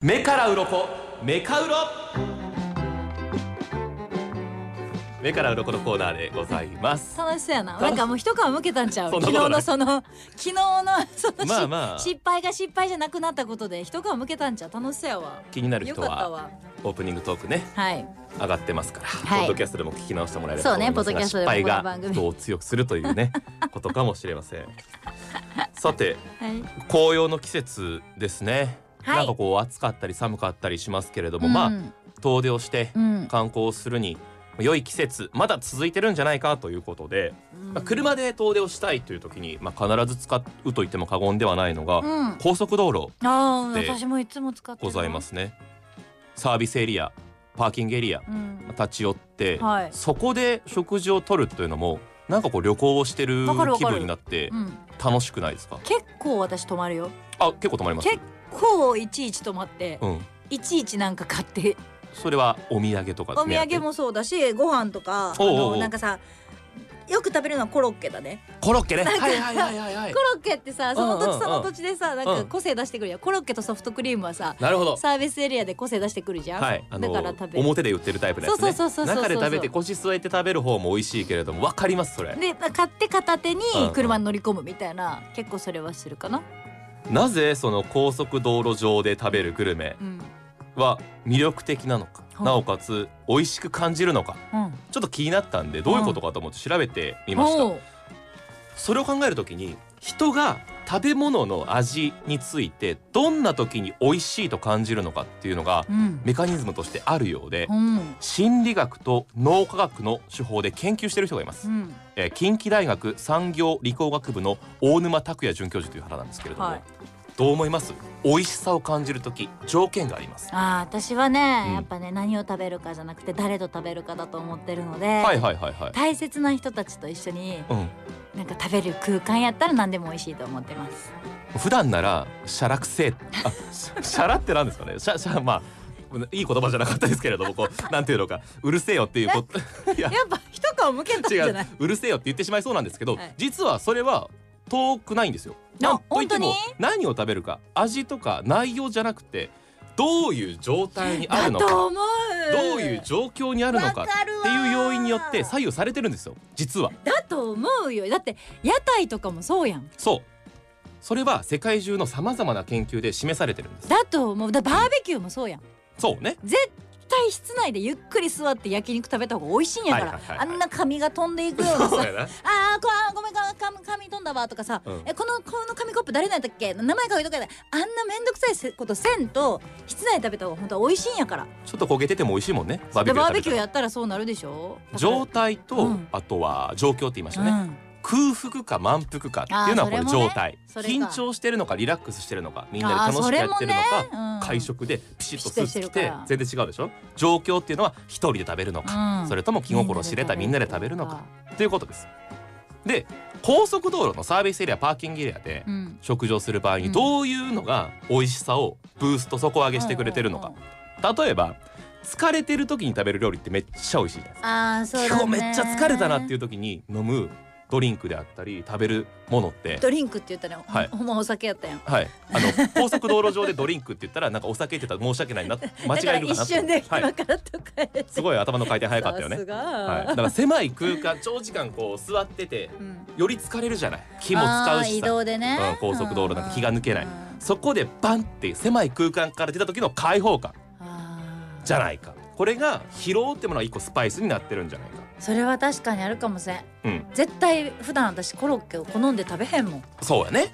目から鱗メカウロ目から鱗のコーナーでございます楽しそうやななんかもう一皮むけたんちゃうそんなことな昨日のいその昨日のそのし、まあまあ失敗が失敗じゃなくなったことで一皮むけたんちゃう楽しそうやわ気になるよ人かったはわオープニングトークねはい上がってますから、はいポッドキャストでも聞き直してもらえればそうねと思いますがポッドキャストで失も敗このが番組人を強くするという ねことかもしれませんさてはい紅葉の季節ですね、はいなんかこう暑かったり寒かったりしますけれども、うんまあ遠出をしてうん観光をするに良い季節まだ続いてるんじゃないかということで、まあ、うん車で遠出をしたいという時に、まあ、必ず使うと言っても過言ではないのが、うん高速道路ああで私もいつも使ってるごなざいますねサービスエリアパーキングエリアうん立ち寄って、はいそこで食事をとるというのもなんかこう旅行をしてるわかるわ気かる分になってうん楽しくないですか結構私泊まるよあ結構止まります結構いちいち泊まってうんいちいちなんか買ってそれはお土産とかお土目当て産もそうだしご飯とかあおうおうおうのなんかさよく食べるのはコロッケだねコロッケねはいはいはいはいはいコロッケってさそのうんうんうん土地その土地でさなんうかん個性出してくるやんコロッケとソフトクリームはさなるほどサービスエリアで個性出してくるじゃん、はい、あのだから食べる表で売ってるタイプのやつそうそうそうそねうそうそう中で食べて腰据えて食べる方も美味しいけれどもわかりますそれで買って片手にうんうん車に乗り込むみたいな、結構それはするかな、なぜその高速道路上で食べるグルメうんは魅力的なのか、はいなおかつ美味しく感じるのかうん、ちょっと気になったんでどういうことかと思って調べてみました、おうそれを考えるときに人が食べ物の味についてどんな時に美味しいと感じるのかっていうのがうんメカニズムとしてあるようで、うん心理学と脳科学の手法で研究してる人がいますう、んえー近畿大学産業理工学部の大沼拓也准教授という方なんですけれども、はいどう思います美味しさを感じるとき条件がありますあー私はね、うんやっぱね何を食べるかじゃなくて誰と食べるかだと思ってるので、はいはいはいはい大切な人たちと一緒にうんなんか食べる空間やったら何でも美味しいと思っ てます普段ならシャラくせえあシ ャシャラってなんですかねシャシャまあいい言葉じゃなかったですけれどもこ うなんていうのかうるせえよっていうこと いややっぱ一皮むけたんじ違ゃなういうるせえよって言ってしまいそうなんですけど、はい実はそれは遠くないんですよ。あなんといっても本何を食べるか味とか内容じゃなくてどういう状態にあるだのかと思うどういう状況にあるのかわかるわっていう要因によって左右されてるんですよ実はだと思うよだって屋台とかもそうやんそうそれは世界中のさまざまな研究で示されてるんですだと思うだバーベキューもそうやんそうね絶対室内でゆっくり座って焼肉食べた方が美味しいんやから、はいはいはいはいあんな髪が飛んでいくようなさそうやなあーこあーごめんか髪髪飛んだわとかさ、うんえこのこの紙コップ誰なんだっけ名前書いとかであんな面倒くさいせことせんと室内で食べた方が本当は美味しいんやからちょっと焦げてても美味しいもんねバーベキュでーバ食ーベべキたューらやったらそうなるでしょ状態と、うんあとは状況って言いました態ね、ね、空腹か満腹かっていうのはこれあーそれもね状態、それか緊張してるのかリラックスしてるのかみんなであー楽しくやってるのそか、れもねうん会食でピシッとスーツ着ピシッとしててるから全然違うでしょ状況っていうのは一人で食べるのか、うんそれとも気心知れたみんなで食べるのかっていうことですで高速道路のサービスエリアパーキングエリアでうん食事をする場合うにんどういうのが美味しさをブースト底上げしてくれてるのかうんうんうん例えば疲れてる時に食べる料理ってめっちゃ美味しいじゃないですかあーそうだ、今ね、日めっちゃ疲れたなっていうう時に飲むドリンクであったり食べるものってドリンクって言ったら、はいほんまお酒やったやんはい、あの高速道路上でドリンクって言ったらなんかお酒って言ったら申し訳ないな 間違えるかなとだから一瞬では今い、からとかえすごい頭の回転早かったよねさす、が、はい、だから狭い空間長時間こう座っててうんより疲れるじゃない気も使うあーし移さ動でね、うん高速道路なんか気が抜けないうんそこでバンって狭い空間から出た時の開放感あーじゃないかこれが疲労ってものは一個スパイスになってるんじゃないかそれは確かにあるかもしれんうん絶対普段私コロッケを好んで食べへんもん、そうや ね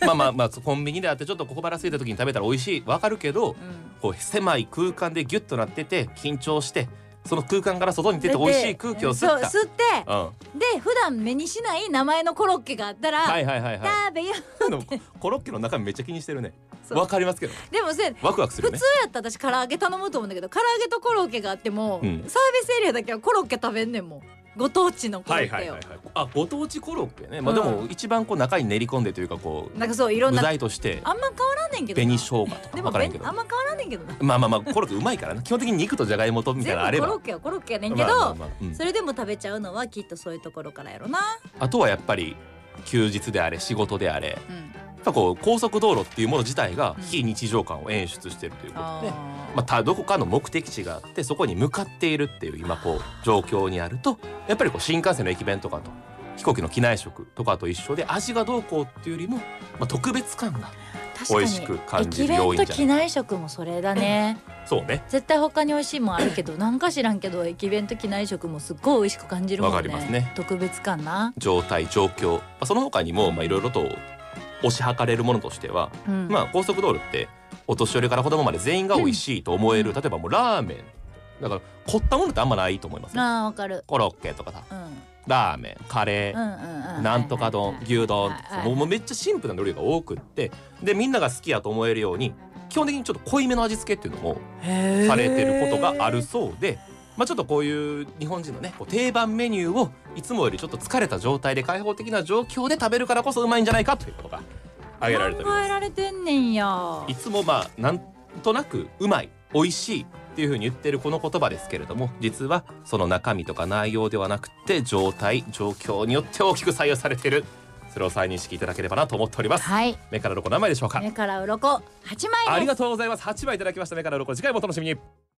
まあまあまあコンビニであってちょっと小腹空いた時に食べたら美味しいわかるけどこう狭い空間でギュッとなってて緊張してその空間から外に出て美味しい空気を吸ったそう吸ってうん、はで普段目にしない名前のコロッケがあったら、いはいはいはい食べよ うでもコロッケの中身めっちゃ気にしてるねそうわかりますけどでもせワクワクする普よね通やったら私唐揚げ頼むと思うんだけど唐揚げとコロッケがあっても、うんサービスエリアだけはコロッケ食べんねんもんご当地のコロはッいケを、はいはいはいあご当地コロッケねまあでもう一番こう中に練り込んでというかこうなんかそういろん具なあん材としてま変わらんねんけどな紅生姜とかでわもからんけべどんあんま変わらんねんけどなまあまあまあコロッケうまいからな基本的に肉とじゃがいもとみたい全なのあ部れコばロッケはコロッケやねんけまど、あまあまあうんそれでも食べちゃうのはきっとそういうところからやろな、あとはやっぱり休日であれ仕事であれうん、やっぱこう高速道路っていうもの自体がうん非日常感を演出してるということで、あーまあ、たどこかの目的地があってそこに向かっているっていう今こう状況にあるとやっぱりこう新幹線の駅弁とかと飛行機の機内食とかと一緒で味がどうこうっていうよりも、まあ、特別感が確美味しく感じる駅要弁因とじゃない機内食もそれだねそうね絶対他に美味しいもんあるけどなんか知らんけど駅弁と機内食もすっごい美味しく感じるもんねわかりますね特別感な、状態状況、まあ、その他にもまあいろいろと推し量れるものとしては、うんまあ、高速道路ってお年寄りから子供まで全員が美味しいと思える、うん例えばもうラーメンだから凝ったものってあんまないと思います、ね、あーわかる、コロッケとかさうん、うんラーメンカレー、うんうんなんとか丼、はいはい牛丼はいはいもうもうめっちゃシンプルな料理が多くってでみんなが好きやと思えるように基本的にちょっと濃いめの味付けっていうのもへーされてることがあるそうで、まあ、ちょっとこういう日本人のねこう定番メニューをいつもよりちょっと疲れた状態で開放的な状況で食べるからこそうまいんじゃないかということが挙げられており考まえす。られてんねんやいつもまあなんとなくうまい美味しいっていうふうに言ってるこの言葉ですけれども実はその中身とか内容ではなくて状態状況によって大きく採用されているそれを再認識いただければなと思っておりますはい目から鱗何枚でしょうか目から鱗八枚ですありがとうございます8枚いただきました目から鱗次回もお楽しみに